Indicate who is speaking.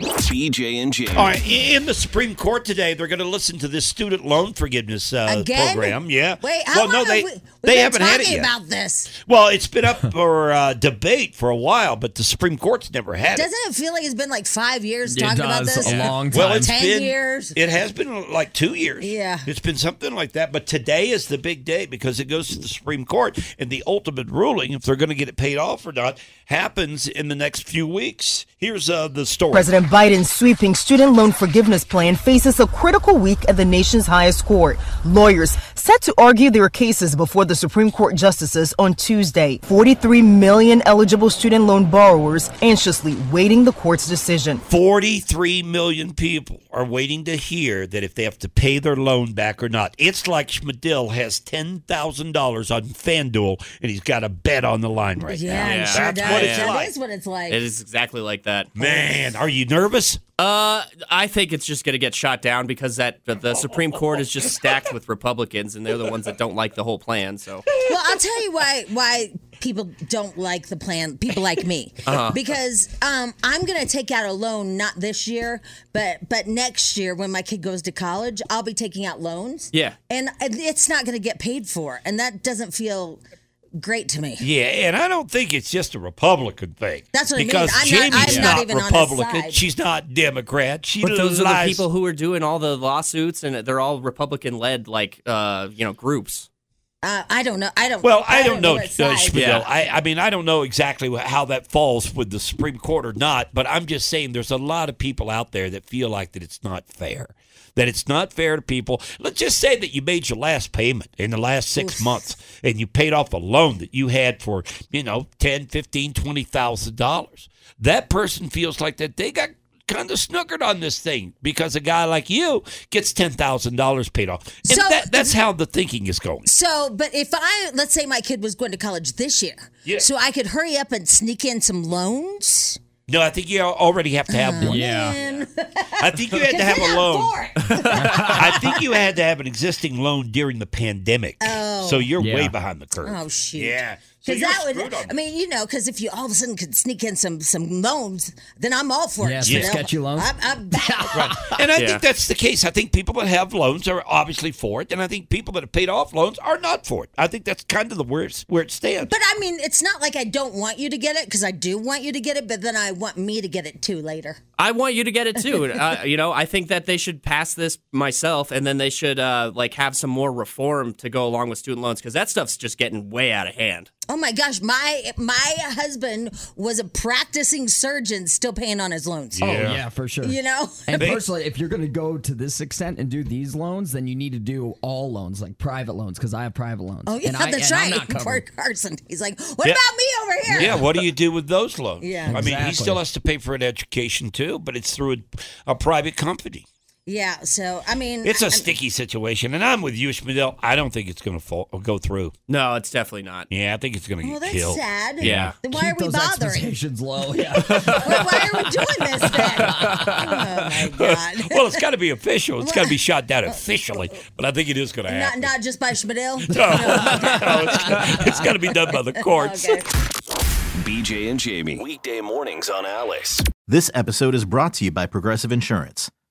Speaker 1: BJ and Jamie.
Speaker 2: All right, i- in the Supreme Court today, they're going to listen to this student loan forgiveness uh,
Speaker 3: Again?
Speaker 2: program. Yeah.
Speaker 3: Wait,
Speaker 2: well,
Speaker 3: how
Speaker 2: no,
Speaker 3: long
Speaker 2: they
Speaker 3: have we, we've
Speaker 2: they
Speaker 3: been
Speaker 2: haven't had it
Speaker 3: talking
Speaker 2: yet.
Speaker 3: about this?
Speaker 2: well, it's been up for uh, debate for a while, but the Supreme Court's never had
Speaker 3: Doesn't
Speaker 2: it.
Speaker 3: it feel like it's been like five years
Speaker 4: It
Speaker 3: talking about
Speaker 4: does,
Speaker 3: this?
Speaker 4: a long
Speaker 2: Well,
Speaker 4: time.
Speaker 2: it's
Speaker 3: 10
Speaker 2: been
Speaker 3: years?
Speaker 2: It has been like two years.
Speaker 3: Yeah.
Speaker 2: it's been something like that. But today is the big day because it goes to the Supreme Court, and the ultimate ruling, if they're going to get it paid off or not, happens in the next few weeks. Here's uh, the story.
Speaker 5: President Biden's sweeping student loan forgiveness plan faces a critical week at the nation's highest court. Lawyers set to argue their cases before the Supreme Court justices on Tuesday. 43 million eligible student loan borrowers anxiously waiting the court's decision.
Speaker 2: 43 million people are waiting to hear that if they have to pay their loan back or not. It's like Schmidl has $10,000 on FanDuel and he's got a bet on the line right
Speaker 3: yeah,
Speaker 2: now.
Speaker 3: it
Speaker 4: Yeah,
Speaker 3: sure
Speaker 2: That's
Speaker 3: does.
Speaker 2: what it's
Speaker 3: That
Speaker 2: like.
Speaker 3: is what it's like.
Speaker 4: It is exactly like that.
Speaker 2: Man, are you nervous?
Speaker 4: Uh, I think it's just going to get shot down because that the, the Supreme Court is just stacked with Republicans, and they're the ones that don't like the whole plan. So
Speaker 3: Well, I'll tell you why why people don't like the plan. People like me
Speaker 4: Uh-huh.
Speaker 3: because um, I'm going to take out a loan not this year, but but next year when my kid goes to college, I'll be taking out loans.
Speaker 4: Yeah.
Speaker 3: and and it's not going to get paid for, and that doesn't feel great to me.
Speaker 2: Yeah, and I don't think it's just a Republican thing.
Speaker 3: That's what I mean.
Speaker 2: because
Speaker 3: I'm not-
Speaker 2: Jamie's
Speaker 3: I'm not even on his
Speaker 2: Republican.
Speaker 3: side.
Speaker 2: She's not Democrat. She
Speaker 4: but those are
Speaker 2: lies.
Speaker 4: the people who are doing all the lawsuits, and they're all Republican-led, like uh, you know, groups.
Speaker 3: Uh, I don't know. I don't.
Speaker 2: Well, I, don't, know,
Speaker 3: what
Speaker 2: uh,
Speaker 3: side.
Speaker 2: Schmidl.
Speaker 4: Yeah.
Speaker 2: I, I mean, I don't know exactly wh- how that falls with the Supreme Court or not, but I'm just saying there's a lot of people out there that feel like that it's not fair, that it's not fair to people. Let's just say that you made your last payment in the last six months and you paid off a loan that you had for, you know, ten, fifteen, twenty thousand dollars. That person feels like that they got kind of snookered on this thing because a guy like you gets ten thousand dollars paid off. And
Speaker 3: So-
Speaker 2: that, that's how the thinking is going.
Speaker 3: So, but if I let's say my kid was going to college this year,
Speaker 2: Yeah.
Speaker 3: so I could hurry up and sneak in some loans.
Speaker 2: No, I think you al- already have to have one.
Speaker 4: Yeah,
Speaker 2: I think you had to have a loan. I think you had to have an existing loan during the pandemic. Oh. So you're way behind the curve.
Speaker 3: Oh shoot!
Speaker 2: Yeah. So
Speaker 3: Because
Speaker 2: you're
Speaker 3: that would,
Speaker 2: screwed on
Speaker 3: I mean, you know, because if you all of a sudden could sneak in some some loans, then I'm all for
Speaker 6: Yeah,
Speaker 3: it.
Speaker 6: some
Speaker 3: you know?
Speaker 6: sketchy loans.
Speaker 3: I'm, I'm back.
Speaker 2: and I
Speaker 4: Yeah.
Speaker 2: think that's the case. I think people that have loans are obviously for it, and I think people that have paid off loans are not for it. I think that's kind of the where it's, where it stands.
Speaker 3: but I mean, it's not like I don't want you to get it because I do want you to get it, but then I want me to get it too later.
Speaker 4: I want you to get it too. Uh, you know, I think that they should pass this myself, and then they should uh, like have some more reform to go along with student loans because that stuff's just getting way out of hand.
Speaker 3: Oh my gosh, my my husband was a practicing surgeon, still paying on his loans.
Speaker 6: Oh, Yeah, for sure.
Speaker 3: You know?
Speaker 6: And personally, if you're going to go to this extent and do these loans, then you need to do all loans, like private loans, because I have private loans.
Speaker 3: Oh yeah,
Speaker 6: and I,
Speaker 3: that's
Speaker 6: and I'm
Speaker 3: right.
Speaker 6: not
Speaker 3: Poor
Speaker 6: covered.
Speaker 3: Carson. He's like, what
Speaker 2: Yeah.
Speaker 3: about me over here?
Speaker 2: yeah, what do you do with those loans?
Speaker 3: Yeah.
Speaker 2: I mean, he
Speaker 6: Exactly.
Speaker 2: still has to pay for an education too, but it's through a, a private company.
Speaker 3: Yeah, So I mean,
Speaker 2: It's a
Speaker 3: I-
Speaker 2: sticky situation, and I'm with you, Schmidl. I don't think it's going to go through.
Speaker 4: No, it's definitely not.
Speaker 2: Yeah, I think it's going to get
Speaker 3: Well, that's
Speaker 2: killed.
Speaker 3: sad.
Speaker 4: Yeah.
Speaker 3: Then why
Speaker 6: Keep
Speaker 3: are we
Speaker 6: those
Speaker 3: bothering?
Speaker 6: expectations low. Yeah.
Speaker 3: why, why are we doing this then? Oh my god.
Speaker 2: well, it's got to be official. It's got to be shot down officially, but I think it is going to
Speaker 3: Not
Speaker 2: happen.
Speaker 3: not just by Schmidl.
Speaker 2: No, no, it's, it's got to be done by the courts.
Speaker 3: Okay.
Speaker 1: BJ and Jamie. Weekday mornings on Alice.
Speaker 7: This episode is brought to you by Progressive Insurance.